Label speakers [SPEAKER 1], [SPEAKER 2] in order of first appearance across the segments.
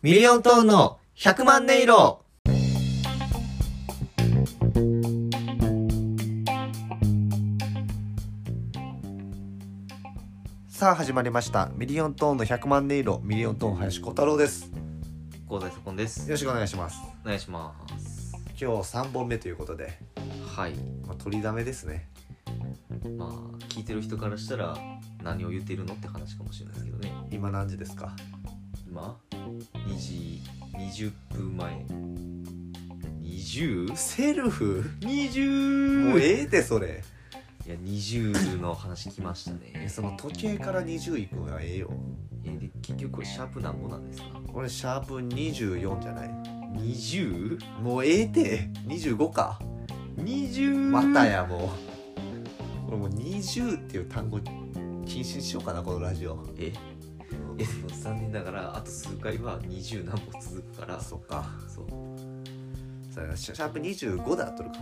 [SPEAKER 1] ミリオントーンの100万音色さあ始まりましたミリオントーンの100万音色ミリオントーン林小太郎ですよ
[SPEAKER 2] 高台そこんです
[SPEAKER 1] ろしくお願いします
[SPEAKER 2] お願いします
[SPEAKER 1] 今日3本目ということで、
[SPEAKER 2] はい
[SPEAKER 1] まあ、取りだめですね
[SPEAKER 2] まあ聞いてる人からしたら何を言っているのって話かもしれないですけどね
[SPEAKER 1] 今何時ですか
[SPEAKER 2] 今2時20分前 20?
[SPEAKER 1] セルフもう
[SPEAKER 2] 20!
[SPEAKER 1] ええでそれ
[SPEAKER 2] いや20の話来ましたね
[SPEAKER 1] えその時計から20いくのはええよ
[SPEAKER 2] えで結局これシャープ何本なんですか
[SPEAKER 1] 俺シャープ24じゃない
[SPEAKER 2] 20?
[SPEAKER 1] もうええて25か
[SPEAKER 2] 20?
[SPEAKER 1] またやもう俺もう20っていう単語禁止にしようかなこのラジオ
[SPEAKER 2] ええでも残念ながらあと数回は20何本続くから
[SPEAKER 1] あそっか
[SPEAKER 2] そう
[SPEAKER 1] それシャシャープ25で合っとるか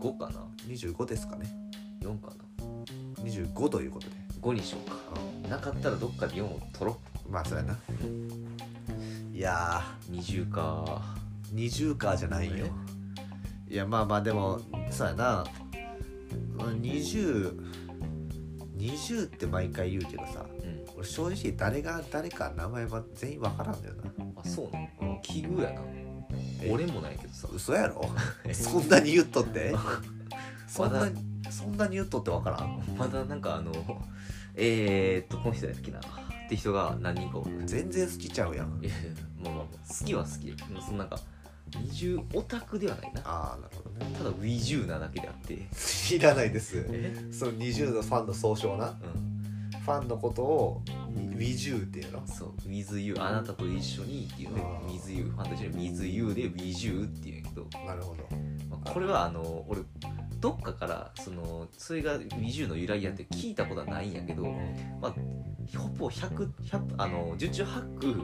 [SPEAKER 2] 5かな
[SPEAKER 1] 25ですかね
[SPEAKER 2] 4かな
[SPEAKER 1] 25ということで
[SPEAKER 2] 5にしようかなかったらどっかで4を取ろ
[SPEAKER 1] まあそうやないや
[SPEAKER 2] う20か
[SPEAKER 1] ー20かじゃないよいやまあまあでもそうやな2020って毎回言うけどさ
[SPEAKER 2] うん
[SPEAKER 1] 俺正直誰が誰か名前は全員わからんだよな
[SPEAKER 2] あそうなの奇遇やな
[SPEAKER 1] え
[SPEAKER 2] 俺もないけどさ
[SPEAKER 1] 嘘や ろ
[SPEAKER 2] え
[SPEAKER 1] そんなに言っと ってそん
[SPEAKER 2] ま
[SPEAKER 1] な
[SPEAKER 2] だ
[SPEAKER 1] そんなに言っとってわからん
[SPEAKER 2] まだなんかあのえー、っとこの人大好きなって人が何人かおる
[SPEAKER 1] 全然好きちゃうやん
[SPEAKER 2] いやいやまあまあまあ好きは好きでもそのなんか20オタクではないなた
[SPEAKER 1] ああなるほど ね
[SPEAKER 2] だ WeJu なだけであって
[SPEAKER 1] いらないです
[SPEAKER 2] え
[SPEAKER 1] その20のファンの総称な
[SPEAKER 2] うん
[SPEAKER 1] ファンのことを「WeJu」っていうの
[SPEAKER 2] そう WithYou あなたと一緒にっていうね
[SPEAKER 1] あー
[SPEAKER 2] WithYou ファンと一緒に WithYou で WeJu っていうんやけど
[SPEAKER 1] なるほど
[SPEAKER 2] まあこれはあの俺どっかからそのそれが WiiU の由来やって聞いたことはないんやけど、まあ、ほぼ100 100あの十中八九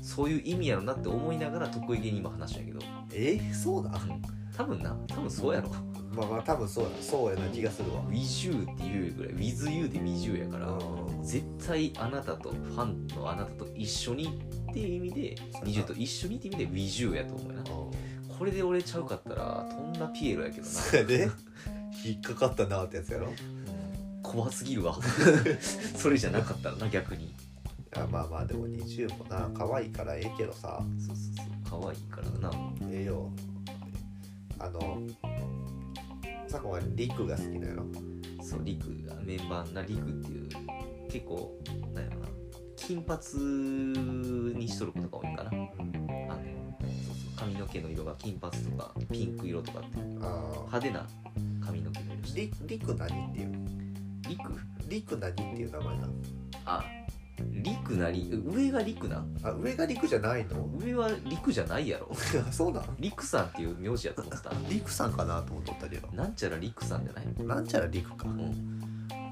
[SPEAKER 2] そういう意味やろなって思いながら得意げに今話したんやけど
[SPEAKER 1] えそうだ
[SPEAKER 2] 多分な多分そうやろ
[SPEAKER 1] まあまあ多分そうやそうやな気がするわ
[SPEAKER 2] WiiU っていうぐらい WithYou で WiiU やから、
[SPEAKER 1] うん
[SPEAKER 2] 絶対あなたとファンのあなたと一緒にっていう意味で
[SPEAKER 1] そうだ
[SPEAKER 2] WiiU と一緒にって意味で WiiU やと思うよなこれで俺ちゃうかったらとんだピエロやけど な
[SPEAKER 1] それで引っかかったなってやつやろ
[SPEAKER 2] 怖すぎる わそれじゃなかったらな逆に
[SPEAKER 1] あまあまあでも20もな可愛いからええけどさ
[SPEAKER 2] そうそうそう可愛いからな
[SPEAKER 1] ええよあの佐こはリクが好きなやろ
[SPEAKER 2] そうリクがメンバーなリクっていう結構なんやろな金髪にしとる子とか多いんかなあのそうそう髪の毛の色が金髪とかピンク色とかって
[SPEAKER 1] あ
[SPEAKER 2] 派手な髪の毛の色して
[SPEAKER 1] リリク何っていう
[SPEAKER 2] リク
[SPEAKER 1] リク何っていう名前なの
[SPEAKER 2] あリクなり上がリクな
[SPEAKER 1] あ上がリクじゃないの
[SPEAKER 2] 上はリクじゃないやろ
[SPEAKER 1] そうなん
[SPEAKER 2] リクさんっていう名字やと思ってた
[SPEAKER 1] リクさんかなと思っとったけど
[SPEAKER 2] なんちゃらリクさんじゃない
[SPEAKER 1] なんちゃらリクか
[SPEAKER 2] うん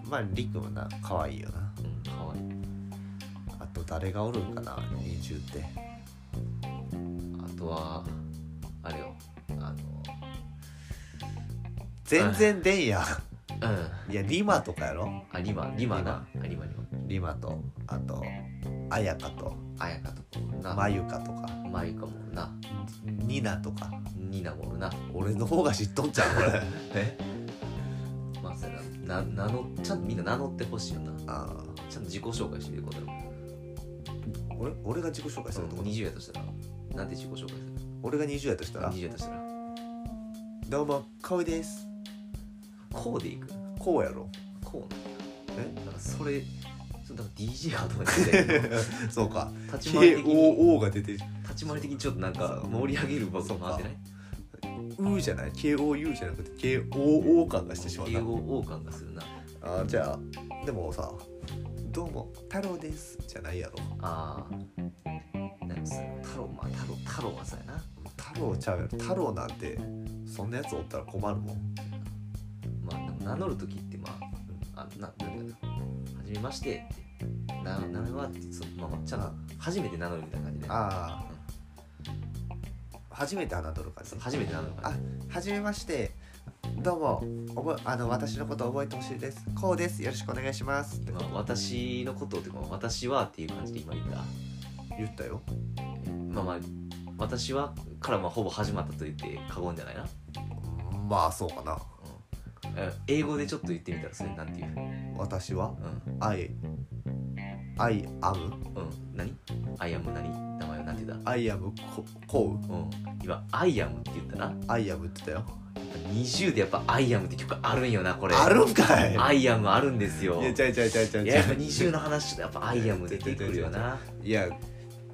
[SPEAKER 1] まあリクもな可愛いよな
[SPEAKER 2] うん可愛い
[SPEAKER 1] あと誰がおるんかな20って
[SPEAKER 2] あとはあれよあ
[SPEAKER 1] 全然でんや
[SPEAKER 2] のう ん
[SPEAKER 1] いやリマとかやろ
[SPEAKER 2] あリマリマなあリマリ
[SPEAKER 1] リマとあとあやかと
[SPEAKER 2] マあやかとかもな
[SPEAKER 1] まゆかとか
[SPEAKER 2] まゆかもな
[SPEAKER 1] ニナとか
[SPEAKER 2] ニナもおるな
[SPEAKER 1] 俺の方が知っとんちゃうこれ
[SPEAKER 2] えまあそれなな名乗ちゃんとみんな名乗ってほしいよな
[SPEAKER 1] ああ
[SPEAKER 2] ちゃんと自己紹介してみることだろ
[SPEAKER 1] 俺俺が自己紹介するってこと
[SPEAKER 2] 20やとしたらなんて自己紹介する
[SPEAKER 1] 俺が20やとしたら
[SPEAKER 2] 20やとしたら
[SPEAKER 1] 「どうもいです
[SPEAKER 2] こうでいく」
[SPEAKER 1] こうやろ
[SPEAKER 2] こうなん
[SPEAKER 1] え
[SPEAKER 2] やなんかそれちょっとなんか DJ かと思 って
[SPEAKER 1] そうか
[SPEAKER 2] 立ち回り的に
[SPEAKER 1] KOO が出てる
[SPEAKER 2] 立ち回り的にちょっとなんか盛り上げる場所回ってない
[SPEAKER 1] U じゃない KOU じゃなくて KOO 感がしてしまっ
[SPEAKER 2] 英語王冠がするな
[SPEAKER 1] たあーじゃあでもさ「どうも太郎です」じゃないやろ
[SPEAKER 2] ああなんかさ太郎まあ太郎太郎はさやな
[SPEAKER 1] 太郎ちゃうやろ太郎なんてそんなやつおったら困るもん
[SPEAKER 2] まあ名乗る時ってまああななんだろうはじめましてってな名前はってそのまあまっちゃんが初めて名乗るみたいな感じで
[SPEAKER 1] ああ初めて侮る感じ
[SPEAKER 2] そう初めて名乗るから、
[SPEAKER 1] あはじめまして。どうも、おぼあの私のこと覚えてほしいです。こうです。よろしくお願いします。って
[SPEAKER 2] まあ、私のことっていうか私はっていう感じで今言った
[SPEAKER 1] 言ったよ。
[SPEAKER 2] えまあまあ私はからまあほぼ始まったと言って過言じゃないな、うん
[SPEAKER 1] まあそうかな
[SPEAKER 2] え英語でちょっと言ってみたらそれなんていう
[SPEAKER 1] 私は
[SPEAKER 2] うん、
[SPEAKER 1] I I am
[SPEAKER 2] うん、何アイアム何名前はなんて言うんだ
[SPEAKER 1] I am ここう
[SPEAKER 2] うん今アイアムって言ったな
[SPEAKER 1] I am って言ったよ
[SPEAKER 2] 20でやっぱ「アイアムって曲あるんよなこれ
[SPEAKER 1] あるんかい
[SPEAKER 2] アイアムあるんですよ
[SPEAKER 1] いやちゃいちゃいちゃいちゃい
[SPEAKER 2] い
[SPEAKER 1] ち
[SPEAKER 2] や
[SPEAKER 1] ゃ
[SPEAKER 2] やっぱ20の話だとやっぱ「アイアム出てくる よない
[SPEAKER 1] や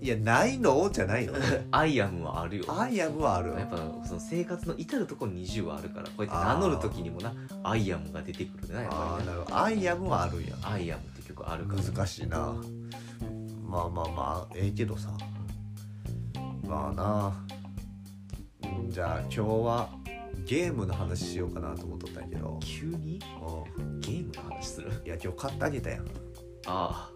[SPEAKER 1] いやないのじゃ ないの
[SPEAKER 2] 「アイアムはあるよ
[SPEAKER 1] I am はある
[SPEAKER 2] やっぱその生活の至るところに20はあるからこうやって名乗る時にもな「アイアムが出てくるなやっ
[SPEAKER 1] あ
[SPEAKER 2] ぱ
[SPEAKER 1] あ
[SPEAKER 2] り
[SPEAKER 1] な
[SPEAKER 2] な
[SPEAKER 1] るほど I am はあるんや
[SPEAKER 2] 「アイアムって曲あるから
[SPEAKER 1] 難しいなまあまあまあええけどさまあなうんじゃあ今日はゲームの話しようかなと思っとったんやけど
[SPEAKER 2] 急に
[SPEAKER 1] う
[SPEAKER 2] ゲームの話する
[SPEAKER 1] んいや今日買ってあげたやん
[SPEAKER 2] あ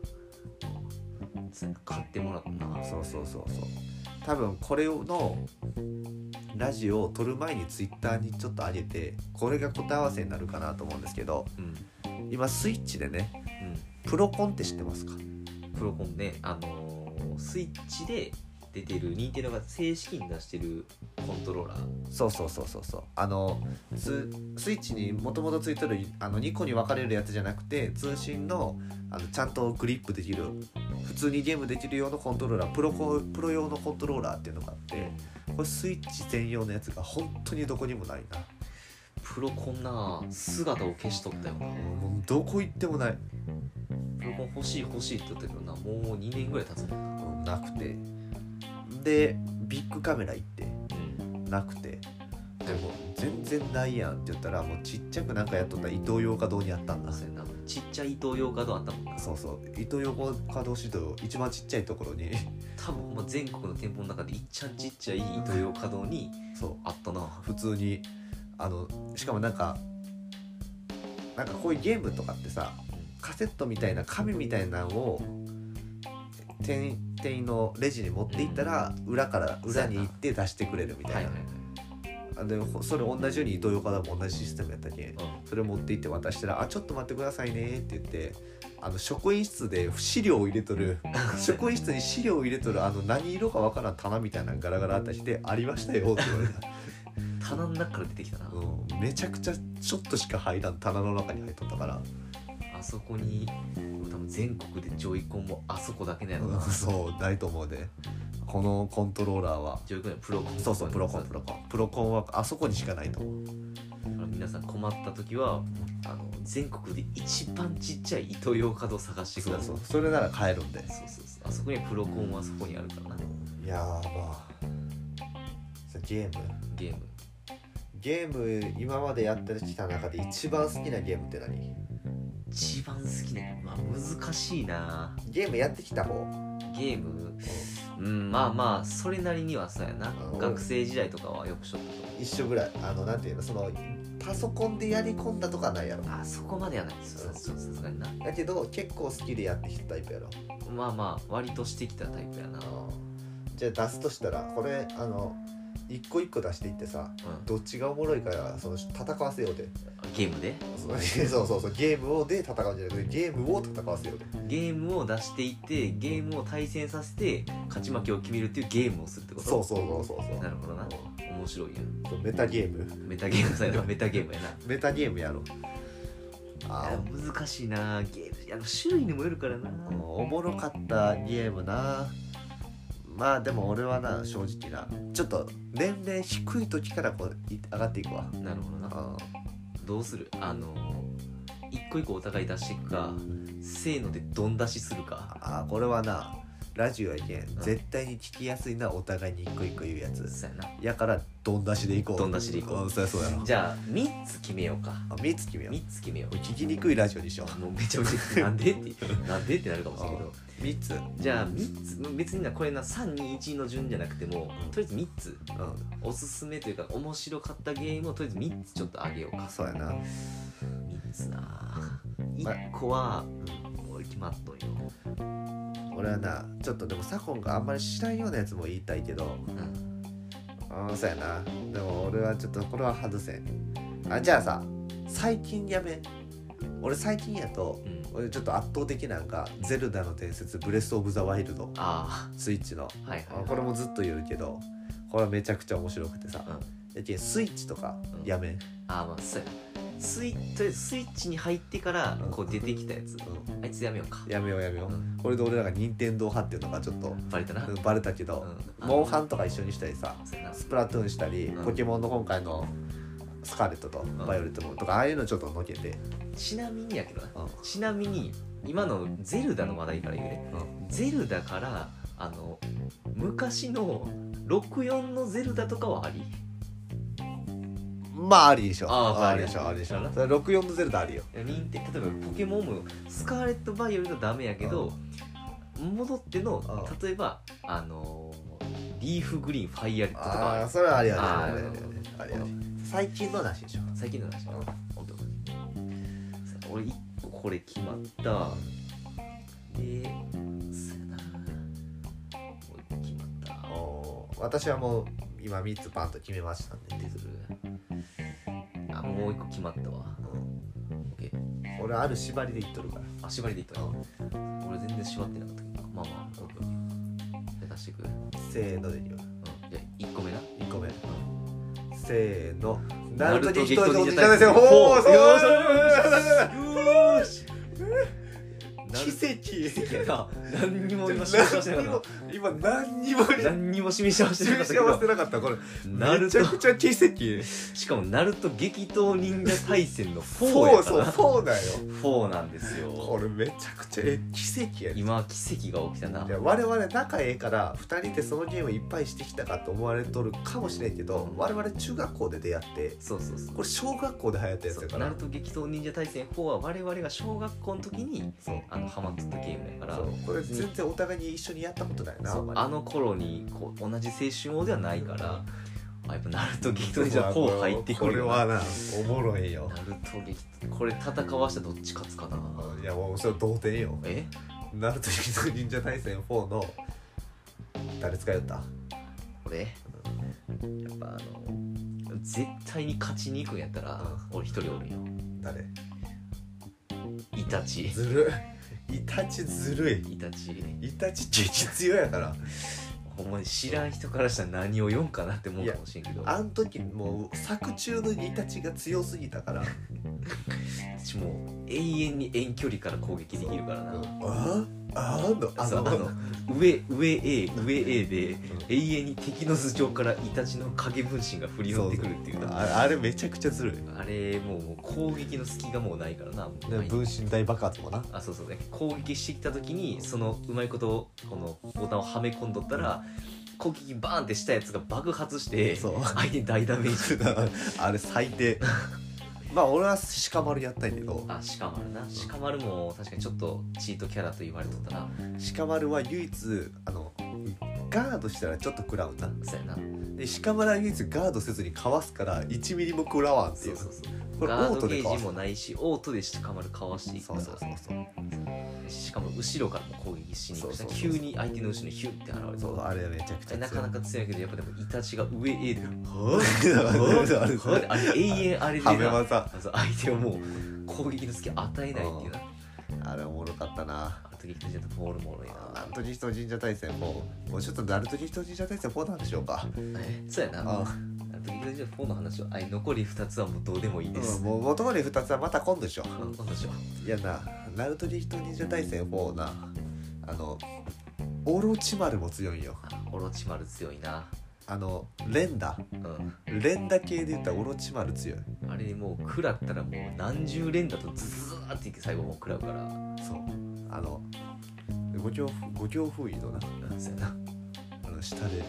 [SPEAKER 2] あ買ってもらったな
[SPEAKER 1] そうそうそうそう多分これのラジオを撮る前にツイッターにちょっと上げてこれが答え合わせになるかなと思うんですけど
[SPEAKER 2] うん
[SPEAKER 1] 今スイッチでね
[SPEAKER 2] う
[SPEAKER 1] プロコンって知ってますか
[SPEAKER 2] んプロコンねあのースイッチで出てる任天堂が正式に出してるコントローラー
[SPEAKER 1] そうそうそうそうそうあのススイッチにもともとついてるあの2個に分かれるやつじゃなくて通信のあのちゃんとグリップできる普通にゲームできる用のコントローラープロコプロ用のコントローラーっていうのがあってこれスイッチ専用のやつが本当にどこにもないな
[SPEAKER 2] プロコンな姿を消しとったよな
[SPEAKER 1] もうどこ行ってもない
[SPEAKER 2] プロコン欲しい欲しいって言ったけどなもう2年ぐらい経つもん
[SPEAKER 1] うんなくてでビッグカメラ行ってなくてでも全然ないやんって言ったらもうちっちゃくなんかやっとった伊東洋華堂にあったんだ
[SPEAKER 2] そうやなちっちゃい東洋カードあったもんな
[SPEAKER 1] そうそう伊東洋華堂市道一番ちっちゃいところに
[SPEAKER 2] 多分もう全国の店舗の中でいっちゃんちっちゃい東洋カードに
[SPEAKER 1] そ
[SPEAKER 2] あったな
[SPEAKER 1] う普通にあのしかもなんかなんかこういうゲームとかってさカセットみたいな紙みたいなのを店員店員のレジに持っていったら裏から裏に行って出してくれるみたいな、
[SPEAKER 2] はいはいはい
[SPEAKER 1] あでほそれ同じように伊東洋華堂も同じシステムやったけ
[SPEAKER 2] うん
[SPEAKER 1] それ持って行って渡したら「あちょっと待ってくださいね」って言ってあの職員室で資料を入れとる職員室に資料を入れとるあの何色かわからん棚みたいなのガラガラあったりして「ありましたよ」って言われた、
[SPEAKER 2] 棚の中から出てきたな、
[SPEAKER 1] うん、めちゃくちゃちょっとしか入らん棚の中に入っとったから、
[SPEAKER 2] あそこに多分全国でジョイコンもあそこだけなんやろ
[SPEAKER 1] うん
[SPEAKER 2] な、
[SPEAKER 1] そうないと思うでこのコントローラーは
[SPEAKER 2] ジョイコンやプロコン
[SPEAKER 1] そうそうプロコンプロコンプロコンはあそこにしかないと思う
[SPEAKER 2] あの皆さん困った時はあの全国で一番ちっちゃい糸用カードを探してく
[SPEAKER 1] そ
[SPEAKER 2] だ
[SPEAKER 1] う
[SPEAKER 2] さい
[SPEAKER 1] そうそれなら買えるんで
[SPEAKER 2] そうそうそうあそこにはプロコンはあそこにあるからない
[SPEAKER 1] やーまあさゲーム
[SPEAKER 2] ゲーム
[SPEAKER 1] ゲーム今までやってきた中で一番好きなゲームって何
[SPEAKER 2] 一番好きなゲームまあ難しいな
[SPEAKER 1] ゲームやってきた方
[SPEAKER 2] ゲームうんまあまあそれなりにはそうやな
[SPEAKER 1] うん
[SPEAKER 2] 学生時代とかはよくしょったと思う
[SPEAKER 1] 一緒ぐらいあのなんていうのそのパソコンでやり込んだとかはないやろ
[SPEAKER 2] あそこまではないですささすがにな
[SPEAKER 1] だけど結構好きでやってきたタイプやろ
[SPEAKER 2] まあまあ割としてきたタイプやなうん
[SPEAKER 1] じゃあ出すとしたらこれあの一個一個出していってさどっちがおもろいからその戦わせようで
[SPEAKER 2] ゲームで
[SPEAKER 1] その そうそうそうゲームをで戦うんじゃなくてゲームを戦わせようで
[SPEAKER 2] ゲームを出していってゲームを対戦させて勝ち負けを決めるっていうゲームをするってこと
[SPEAKER 1] そうそうそうそうそう
[SPEAKER 2] なるほどな面白いやん
[SPEAKER 1] そうメタゲーム
[SPEAKER 2] メタゲームさや なメタゲームやな
[SPEAKER 1] メタゲームやろあ
[SPEAKER 2] い
[SPEAKER 1] ー
[SPEAKER 2] や難しいなゲームあの種類にもよるからな
[SPEAKER 1] うんおもろかったゲームなまあでも俺はな正直なちょっと年々低い時からこうい上がっていくわ
[SPEAKER 2] なるほどな
[SPEAKER 1] あ
[SPEAKER 2] どうするあの一個一個お互い出していくかせーのでどん出しするか
[SPEAKER 1] あーこれはなラジオやけん絶対に聞きやすいなお互いに一個一個言うやつ
[SPEAKER 2] そうやな
[SPEAKER 1] やからどん出しでいこう
[SPEAKER 2] どん出しでいこうん
[SPEAKER 1] そりゃそうやろ
[SPEAKER 2] じゃあ3つ決めようか
[SPEAKER 1] あ3つ決めよう
[SPEAKER 2] 3つ決めよう
[SPEAKER 1] 聞きにくいラジオにしよ
[SPEAKER 2] もうめちゃめちゃなんでって なんでってなるかもしれんけど
[SPEAKER 1] う3つ、うん、
[SPEAKER 2] じゃあ3つ別になこれな321の順じゃなくてもとりあえず3つおすすめというか面白かったゲームをとりあえず3つちょっとあげようか
[SPEAKER 1] そうやな
[SPEAKER 2] 3つな1個は俺決まっとんよ、
[SPEAKER 1] 俺はなちょっとでも左近があんまり知らんようなやつも言いたいけど
[SPEAKER 2] うん、
[SPEAKER 1] うんそうやなでも俺はちょっとこれは外せんあじゃあさ最近やめん俺最近やと
[SPEAKER 2] うん
[SPEAKER 1] 俺ちょっと圧倒的なんか「ゼルダの伝説ブレス・オブ・ザ・ワイルド
[SPEAKER 2] あ」
[SPEAKER 1] スイッチの
[SPEAKER 2] あはいはい
[SPEAKER 1] これもずっと言うけどこれはめちゃくちゃ面白くてさ
[SPEAKER 2] うん
[SPEAKER 1] やけんスイッチとかやめん、
[SPEAKER 2] ああまあそうやスイとりあえずスイッチに入ってから
[SPEAKER 1] うん
[SPEAKER 2] こう出てきたやつ
[SPEAKER 1] う
[SPEAKER 2] あいつやめようか
[SPEAKER 1] ん、やめようやめよ
[SPEAKER 2] う
[SPEAKER 1] うんこれで俺らが任天堂派っていうのがちょっと
[SPEAKER 2] バレたな、
[SPEAKER 1] うんバレたけど、
[SPEAKER 2] うん
[SPEAKER 1] モンハンとか一緒にしたりさ
[SPEAKER 2] そうやな
[SPEAKER 1] スプラトゥーンしたり、
[SPEAKER 2] うん
[SPEAKER 1] ポケモンの今回のスカーレットとバイオレットもとか、ああいうのちょっとのけて、
[SPEAKER 2] ちなみにやけどな
[SPEAKER 1] うん
[SPEAKER 2] ちなみに今のゼルダの話題から言うね
[SPEAKER 1] うん
[SPEAKER 2] ゼルダからあの昔の64のゼルダとかはあり
[SPEAKER 1] まあありでしょ
[SPEAKER 2] ああ
[SPEAKER 1] ありでしょありでしょ
[SPEAKER 2] ありでし
[SPEAKER 1] そ
[SPEAKER 2] ょ
[SPEAKER 1] れ64のゼルダあるよ
[SPEAKER 2] いや認定例えばポケモンもスカーレット・バイオレットダメやけど戻っての
[SPEAKER 1] う
[SPEAKER 2] 例えばあのーリーフグリーンファイアリットとかはあ
[SPEAKER 1] あ
[SPEAKER 2] る
[SPEAKER 1] あそれはあり
[SPEAKER 2] あ
[SPEAKER 1] あ
[SPEAKER 2] ー
[SPEAKER 1] りありありありありあり最近の話でしょ
[SPEAKER 2] 最近の話
[SPEAKER 1] うん
[SPEAKER 2] 本当俺一個これ決まったでそうやなもう一個決まった
[SPEAKER 1] おー私はもう今3つパンと決めましたんで
[SPEAKER 2] 出てくるあもう一個決まったわオッケー
[SPEAKER 1] 俺ある縛りで言っとるから
[SPEAKER 2] あ縛りでいったね俺全然縛ってなかったけどまあまあオッケーオッケー出してくるうん
[SPEAKER 1] せーので言う
[SPEAKER 2] じゃあ1個目な
[SPEAKER 1] 1個目せーの
[SPEAKER 2] ナルト
[SPEAKER 1] 一
[SPEAKER 2] 激
[SPEAKER 1] 人
[SPEAKER 2] 闘
[SPEAKER 1] の
[SPEAKER 2] 忍
[SPEAKER 1] 忍者
[SPEAKER 2] 者大
[SPEAKER 1] 大
[SPEAKER 2] 戦
[SPEAKER 1] 戦
[SPEAKER 2] ほ
[SPEAKER 1] ほ
[SPEAKER 2] う
[SPEAKER 1] う
[SPEAKER 2] そう
[SPEAKER 1] よーし
[SPEAKER 2] 奇
[SPEAKER 1] 奇跡
[SPEAKER 2] 跡やな何にも今示し合わせなかった
[SPEAKER 1] 今何にも
[SPEAKER 2] 何にも示し合わせなか
[SPEAKER 1] 示し
[SPEAKER 2] ったけ
[SPEAKER 1] 合わせ
[SPEAKER 2] ど
[SPEAKER 1] なかったこれ
[SPEAKER 2] ナル
[SPEAKER 1] めち
[SPEAKER 2] ト
[SPEAKER 1] ゃくちゃ奇跡
[SPEAKER 2] しかもナルト激闘忍者大戦の4
[SPEAKER 1] そ
[SPEAKER 2] や
[SPEAKER 1] う
[SPEAKER 2] か
[SPEAKER 1] そう
[SPEAKER 2] ら
[SPEAKER 1] そうだよ
[SPEAKER 2] 4なんですよ
[SPEAKER 1] これめちゃくちゃえ奇跡やね
[SPEAKER 2] 今奇跡が起きたない
[SPEAKER 1] や我々仲ええから2人でそのゲームいっぱいしてきたかと思われとるかもしれんけど、
[SPEAKER 2] うん
[SPEAKER 1] 我々中学校で出会って
[SPEAKER 2] そうそうそう
[SPEAKER 1] これ小学校で流行ったやつ
[SPEAKER 2] そう
[SPEAKER 1] やか
[SPEAKER 2] ナ
[SPEAKER 1] ら
[SPEAKER 2] ルト激闘忍者大戦4は我々が小学校の時に
[SPEAKER 1] そう
[SPEAKER 2] あのハマってたゲームやから
[SPEAKER 1] そうこれ全然お互いに一緒にやったことないな
[SPEAKER 2] そう
[SPEAKER 1] まり
[SPEAKER 2] あの頃にこう同じ青春王ではないからあやっぱナルト激闘忍者4入ってくるよ
[SPEAKER 1] これ
[SPEAKER 2] な
[SPEAKER 1] はなおもろいよ
[SPEAKER 2] ナルト激闘これ戦わしたらどっち勝つかない
[SPEAKER 1] やもうそれは同点よ
[SPEAKER 2] え
[SPEAKER 1] ナルトヒの忍者大戦4の誰使いよった
[SPEAKER 2] 俺やっぱあの絶対に勝ちに行くんやったら俺一人おるよ
[SPEAKER 1] 誰
[SPEAKER 2] イタチ
[SPEAKER 1] ずるいイタチずるい
[SPEAKER 2] イタチ
[SPEAKER 1] イタチ激強やから
[SPEAKER 2] ほんまに知らん人からしたら何を読むかなって思うかもしれんけど
[SPEAKER 1] あん時もう作中のイタチが強すぎたから
[SPEAKER 2] 私もう永遠に遠距離から攻撃できるからな、
[SPEAKER 1] ああのあ
[SPEAKER 2] そうあ
[SPEAKER 1] の
[SPEAKER 2] の上上 A 上 A で
[SPEAKER 1] ん
[SPEAKER 2] 永遠に敵の頭上からイタチの影分身が振り寄ってくるっていうな
[SPEAKER 1] ああれめちゃくちゃずるい
[SPEAKER 2] あれもうもう攻撃の隙がもうないからなもうない
[SPEAKER 1] 分身大爆発もな
[SPEAKER 2] あそうそうね攻撃してきた時にそのうまいことをこのボタンをはめ込んどったら攻撃バーンってしたやつが爆発して
[SPEAKER 1] そう
[SPEAKER 2] 相手に大ダ メージ
[SPEAKER 1] あれ最低まあ俺は鹿丸やったんやけど
[SPEAKER 2] あ鹿丸な鹿丸も確かにちょっとチートキャラと言われとったな
[SPEAKER 1] 鹿丸は唯一あのガードしたらちょっと食らうな
[SPEAKER 2] そうやな
[SPEAKER 1] で鹿丸は唯一ガードせずにかわすから1ミリも食らわんって
[SPEAKER 2] そ
[SPEAKER 1] いうう
[SPEAKER 2] そうそう
[SPEAKER 1] これオ
[SPEAKER 2] ガー
[SPEAKER 1] ー
[SPEAKER 2] ド
[SPEAKER 1] ト
[SPEAKER 2] ゲ
[SPEAKER 1] でかわ
[SPEAKER 2] ージ
[SPEAKER 1] す
[SPEAKER 2] もないしオートで鹿丸かわしていくか
[SPEAKER 1] そう
[SPEAKER 2] ら
[SPEAKER 1] そうそうそう
[SPEAKER 2] しかも後ろからも攻撃しに行くし
[SPEAKER 1] そうそうそ
[SPEAKER 2] 急
[SPEAKER 1] う
[SPEAKER 2] に相手の後ろにヒュッて現れ
[SPEAKER 1] そう
[SPEAKER 2] た
[SPEAKER 1] あれめちゃくちゃ強い
[SPEAKER 2] なかなか強いけどやっぱでもイタチが上 A で「はぁ
[SPEAKER 1] あれ
[SPEAKER 2] はぁあれ永遠あれで
[SPEAKER 1] はめ
[SPEAKER 2] な
[SPEAKER 1] 技
[SPEAKER 2] そう相手をもう攻撃の隙を与えないっていうな
[SPEAKER 1] あれおもろかったな
[SPEAKER 2] あの時イタチだとボールもろい
[SPEAKER 1] ナ
[SPEAKER 2] な
[SPEAKER 1] ルトニヒト神社大戦4もうちょっとナルトニヒト神社大戦4なんでしょうか
[SPEAKER 2] そうやなあ
[SPEAKER 1] あ
[SPEAKER 2] の時イタチだと4の話はあい残り2つはもうどうでもいいです、
[SPEAKER 1] もう元々2つはまた今度でしょ
[SPEAKER 2] あのどうでしょう
[SPEAKER 1] いやなナルトニヒト神社大戦4なあのオロチマルも強いんよ
[SPEAKER 2] あオロチマル強いな
[SPEAKER 1] あの連打
[SPEAKER 2] うん
[SPEAKER 1] 連打系で言ったらオロチマル強い
[SPEAKER 2] あれもう食らったらもう何十連打とズズーっていって最後もう食らうから
[SPEAKER 1] そうあの五行五行封印のな
[SPEAKER 2] うんそうやな
[SPEAKER 1] あの下で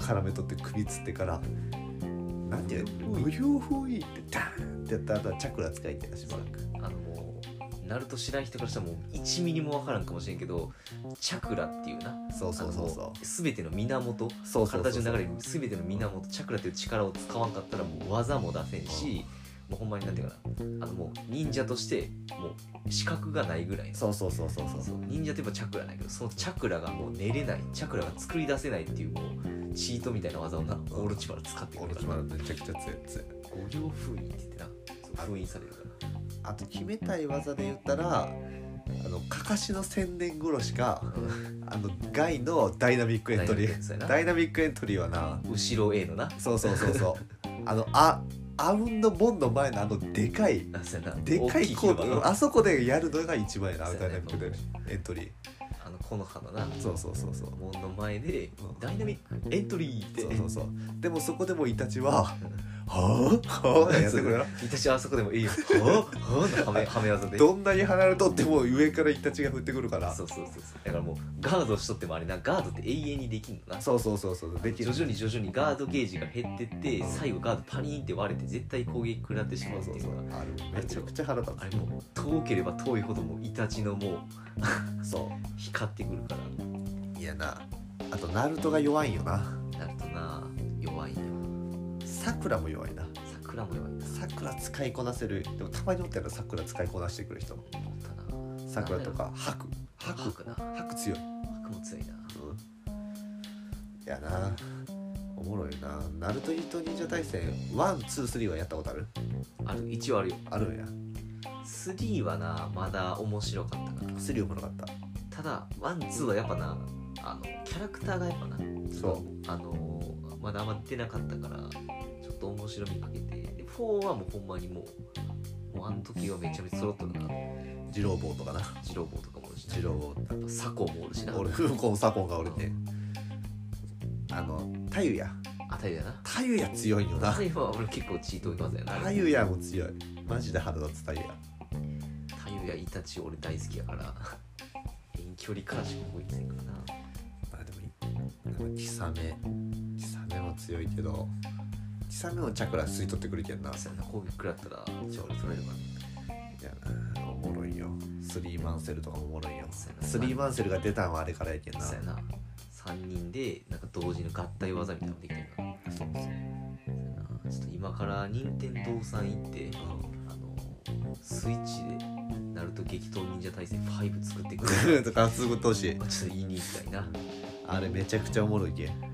[SPEAKER 1] 絡め取って首つってからなんていうの無料封印ってダーンってやった後はチャクラ使いってなしばらく
[SPEAKER 2] あのもうナルト知らん人からしたらもう1ミリも分からんかもしれんけどチャクラっていうな
[SPEAKER 1] そうそうそうそう
[SPEAKER 2] う全ての源
[SPEAKER 1] そうそうそう
[SPEAKER 2] 体
[SPEAKER 1] そ
[SPEAKER 2] 中
[SPEAKER 1] う
[SPEAKER 2] の流れに全ての源チャクラという力を使わんかったらもう技も出せんしもうほんまになんていうかなあのもう忍者としてもう資格がないぐらいの
[SPEAKER 1] そうそうそうそうそう
[SPEAKER 2] そう忍者といえばチャクラないけどそのチャクラがもう寝れないチャクラが作り出せないっていうもうチートみたいな技をなオロチマル使ってく
[SPEAKER 1] オ
[SPEAKER 2] る
[SPEAKER 1] ロ
[SPEAKER 2] か
[SPEAKER 1] チ
[SPEAKER 2] ら
[SPEAKER 1] マ
[SPEAKER 2] な
[SPEAKER 1] ルめちゃくちゃ強い強い
[SPEAKER 2] 五行封印って言ってなそう封印されるから
[SPEAKER 1] あと決めたい技で言ったらあのかかしの千年殺しかあのガイのダイナミックエントリー
[SPEAKER 2] ー
[SPEAKER 1] ダイナミックエントリーはな
[SPEAKER 2] 後ろ A のな
[SPEAKER 1] そうそうそうそうあのあアウンドボンの前のあのでかい
[SPEAKER 2] あそうやな
[SPEAKER 1] でか
[SPEAKER 2] 大
[SPEAKER 1] い
[SPEAKER 2] き
[SPEAKER 1] コ
[SPEAKER 2] 広場
[SPEAKER 1] ー
[SPEAKER 2] の
[SPEAKER 1] トあそこでやるのが一番やな
[SPEAKER 2] そうや
[SPEAKER 1] ダイ
[SPEAKER 2] ね
[SPEAKER 1] ナミックでエントリー
[SPEAKER 2] あの木の葉のな
[SPEAKER 1] そうそうそうそう
[SPEAKER 2] 門の前で
[SPEAKER 1] うん
[SPEAKER 2] ダイナミックエントリーって
[SPEAKER 1] そうそうそうでもそこでもイタチ は「はあ?」はあやってくれな
[SPEAKER 2] 私はあそこでもいいよはあはあのはめはめ技で
[SPEAKER 1] どんなに離れとっても上からイタチが降ってくるから
[SPEAKER 2] そうそうそうそうだからもうガードしとってもあれなガードって永遠にできんのな
[SPEAKER 1] そうそうそうそうでき
[SPEAKER 2] 徐
[SPEAKER 1] る
[SPEAKER 2] 々に徐々にガードゲージが減ってって最後ガードパリーンって割れて絶対攻撃食らってしま
[SPEAKER 1] そうう
[SPEAKER 2] って
[SPEAKER 1] そ
[SPEAKER 2] いうう
[SPEAKER 1] そう
[SPEAKER 2] のが
[SPEAKER 1] あれめちゃくちゃ腹立
[SPEAKER 2] あれもう遠ければ遠いほどもうイタチのもう
[SPEAKER 1] つそ
[SPEAKER 2] 光ってくるから
[SPEAKER 1] ういやなあとナルトが弱いんよな
[SPEAKER 2] なるとな弱いよ
[SPEAKER 1] さくらも弱いな
[SPEAKER 2] 桜も弱いな
[SPEAKER 1] さくら使いこなせるでもたまにおったよなさくら使いこなしてくる人
[SPEAKER 2] 思ったな
[SPEAKER 1] さくらとかハクハ
[SPEAKER 2] 白
[SPEAKER 1] ク
[SPEAKER 2] くな白
[SPEAKER 1] ハク強い
[SPEAKER 2] も強いな
[SPEAKER 1] うんいやなおもろいなナルトイート忍者対戦ワンツースリーはやったことある
[SPEAKER 2] ある一応あるよ
[SPEAKER 1] あるんや
[SPEAKER 2] 3はなまだ面白かったかな
[SPEAKER 1] スリーおもろかった
[SPEAKER 2] ただワンツーはやっぱなあのキャラクターがやっぱな
[SPEAKER 1] そう
[SPEAKER 2] あのーまだあんま出なかったからちょっと面白みかけてで4はもうほんまにもうもうあの時はめちゃめちゃ揃っとるな
[SPEAKER 1] 二郎坊とかな
[SPEAKER 2] 二郎坊とかもおるしな
[SPEAKER 1] 二郎坊
[SPEAKER 2] やっぱサコもおるしな
[SPEAKER 1] 俺この左近が俺ねあの太陽や
[SPEAKER 2] あたりだな
[SPEAKER 1] 太陽や強いよな
[SPEAKER 2] タイは俺結構チートいますよな
[SPEAKER 1] 太陽やも強いマジで腹立つ太陽や
[SPEAKER 2] タイやイタチ俺大好きやから遠距離からしか動いてないからな
[SPEAKER 1] まあでもなんかキサメキサメも強いけどキサメもチャクラ吸い取ってくるけんな
[SPEAKER 2] そうやな攻撃食らったら勝利取れるから
[SPEAKER 1] いやなおもろいよスリーマンセルとかもおもろいよ
[SPEAKER 2] そうやな
[SPEAKER 1] スリーマンセルが出たんはあれからやけんな
[SPEAKER 2] そうやな3人でなんか同時の合体技みたいなのできてるから
[SPEAKER 1] そうそう
[SPEAKER 2] そうやなちょっと今から任天堂さん行ってあのスイッチでナルト激闘忍者対戦5作ってく
[SPEAKER 1] グ
[SPEAKER 2] る
[SPEAKER 1] ー とかすぐとし
[SPEAKER 2] ちょっと言いに行きたいな
[SPEAKER 1] あれめちゃくちゃおもろいけん、
[SPEAKER 2] そう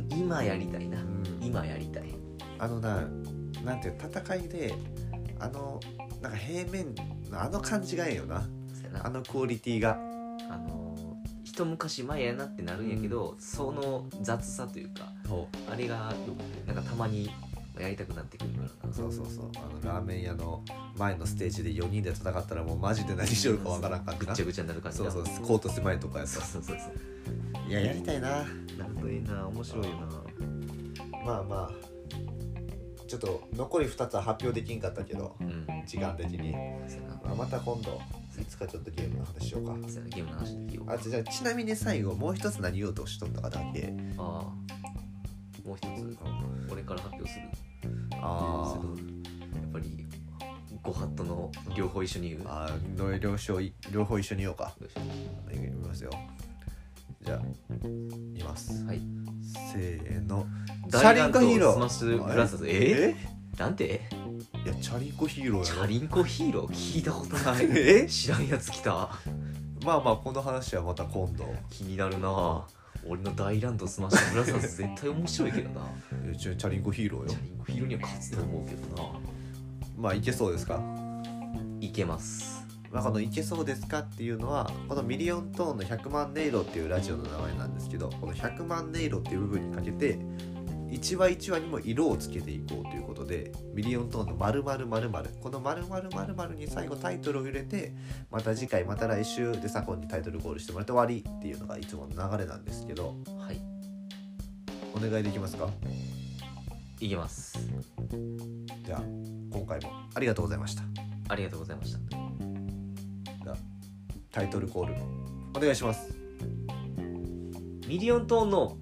[SPEAKER 2] やない今やりたいな
[SPEAKER 1] うん
[SPEAKER 2] 今やりたい
[SPEAKER 1] あのななんていう戦いであのなんか平面のあの感じがええよな
[SPEAKER 2] そうや
[SPEAKER 1] あ
[SPEAKER 2] な
[SPEAKER 1] のクオリティが
[SPEAKER 2] あの一昔前やなってなるんやけどその雑さというか
[SPEAKER 1] そう
[SPEAKER 2] あれがよくてなんかたまにやりたくなってくるからな
[SPEAKER 1] そうそうそうあのラーメン屋の前のステージで4人で戦ったらもうマジで何しよるかわからんかった
[SPEAKER 2] ぐっちゃぐちゃになる感じ
[SPEAKER 1] そう
[SPEAKER 2] な
[SPEAKER 1] そうコート狭いとかや
[SPEAKER 2] そ
[SPEAKER 1] さ
[SPEAKER 2] うそうそうそう
[SPEAKER 1] いややりたいな
[SPEAKER 2] なるといいな面白いよな
[SPEAKER 1] まあまあちょっと残り2つは発表できんかったけど
[SPEAKER 2] うん
[SPEAKER 1] 時間的に、
[SPEAKER 2] そうやな
[SPEAKER 1] まあ、また今度いつかちょっとゲームの話しようか
[SPEAKER 2] そうやなゲームの話できよう
[SPEAKER 1] あじゃあちなみに最後もう一つ何言おうとしとったかだけ
[SPEAKER 2] ああもう一つ俺から発表する
[SPEAKER 1] あ
[SPEAKER 2] するやっぱりご法度の両方一緒に言う
[SPEAKER 1] あー両方い両方一緒に言おうか
[SPEAKER 2] よいしょ
[SPEAKER 1] いきますよじゃあ言います
[SPEAKER 2] はい
[SPEAKER 1] せーの
[SPEAKER 2] 大乱闘
[SPEAKER 1] チャリンコヒーロー
[SPEAKER 2] スマッシュブラザーズえなんて
[SPEAKER 1] えいやチャリンコヒーロ
[SPEAKER 2] チ
[SPEAKER 1] ー
[SPEAKER 2] ャ
[SPEAKER 1] やろ
[SPEAKER 2] リンコヒーロー聞いたことない
[SPEAKER 1] え
[SPEAKER 2] 知らんやつ来た
[SPEAKER 1] まあまあこの話はまた今度
[SPEAKER 2] 気になるな俺の大乱闘スマッシュブラザーズ絶対面白いけどな
[SPEAKER 1] えちょチャリンコヒーロー
[SPEAKER 2] チ
[SPEAKER 1] よ
[SPEAKER 2] ャリンコヒーローには勝つと思うけどな
[SPEAKER 1] まあいけそうですか
[SPEAKER 2] いけます
[SPEAKER 1] まあ、この「いけそうですか?」っていうのはこの「ミリオントーンの100万音色」っていうラジオの名前なんですけどこの100万音色っていう部分にかけて1話1話にも色をつけていこうということでミリオントーンの〇〇〇〇この〇〇〇〇に最後タイトルを入れてまた次回また来週でサコンにタイトルコールしてもらって終わりっていうのがいつもの流れなんですけど
[SPEAKER 2] はい
[SPEAKER 1] お願いできますか
[SPEAKER 2] いけます
[SPEAKER 1] じゃあ今回もありがとうございました
[SPEAKER 2] ありがとうございました
[SPEAKER 1] タイトルコールお願いします
[SPEAKER 2] ミリオントーンの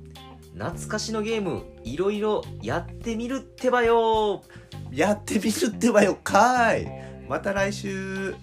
[SPEAKER 2] 懐かしのゲームいろいろやってみるってばよ
[SPEAKER 1] やってみるってばよかーいまた来週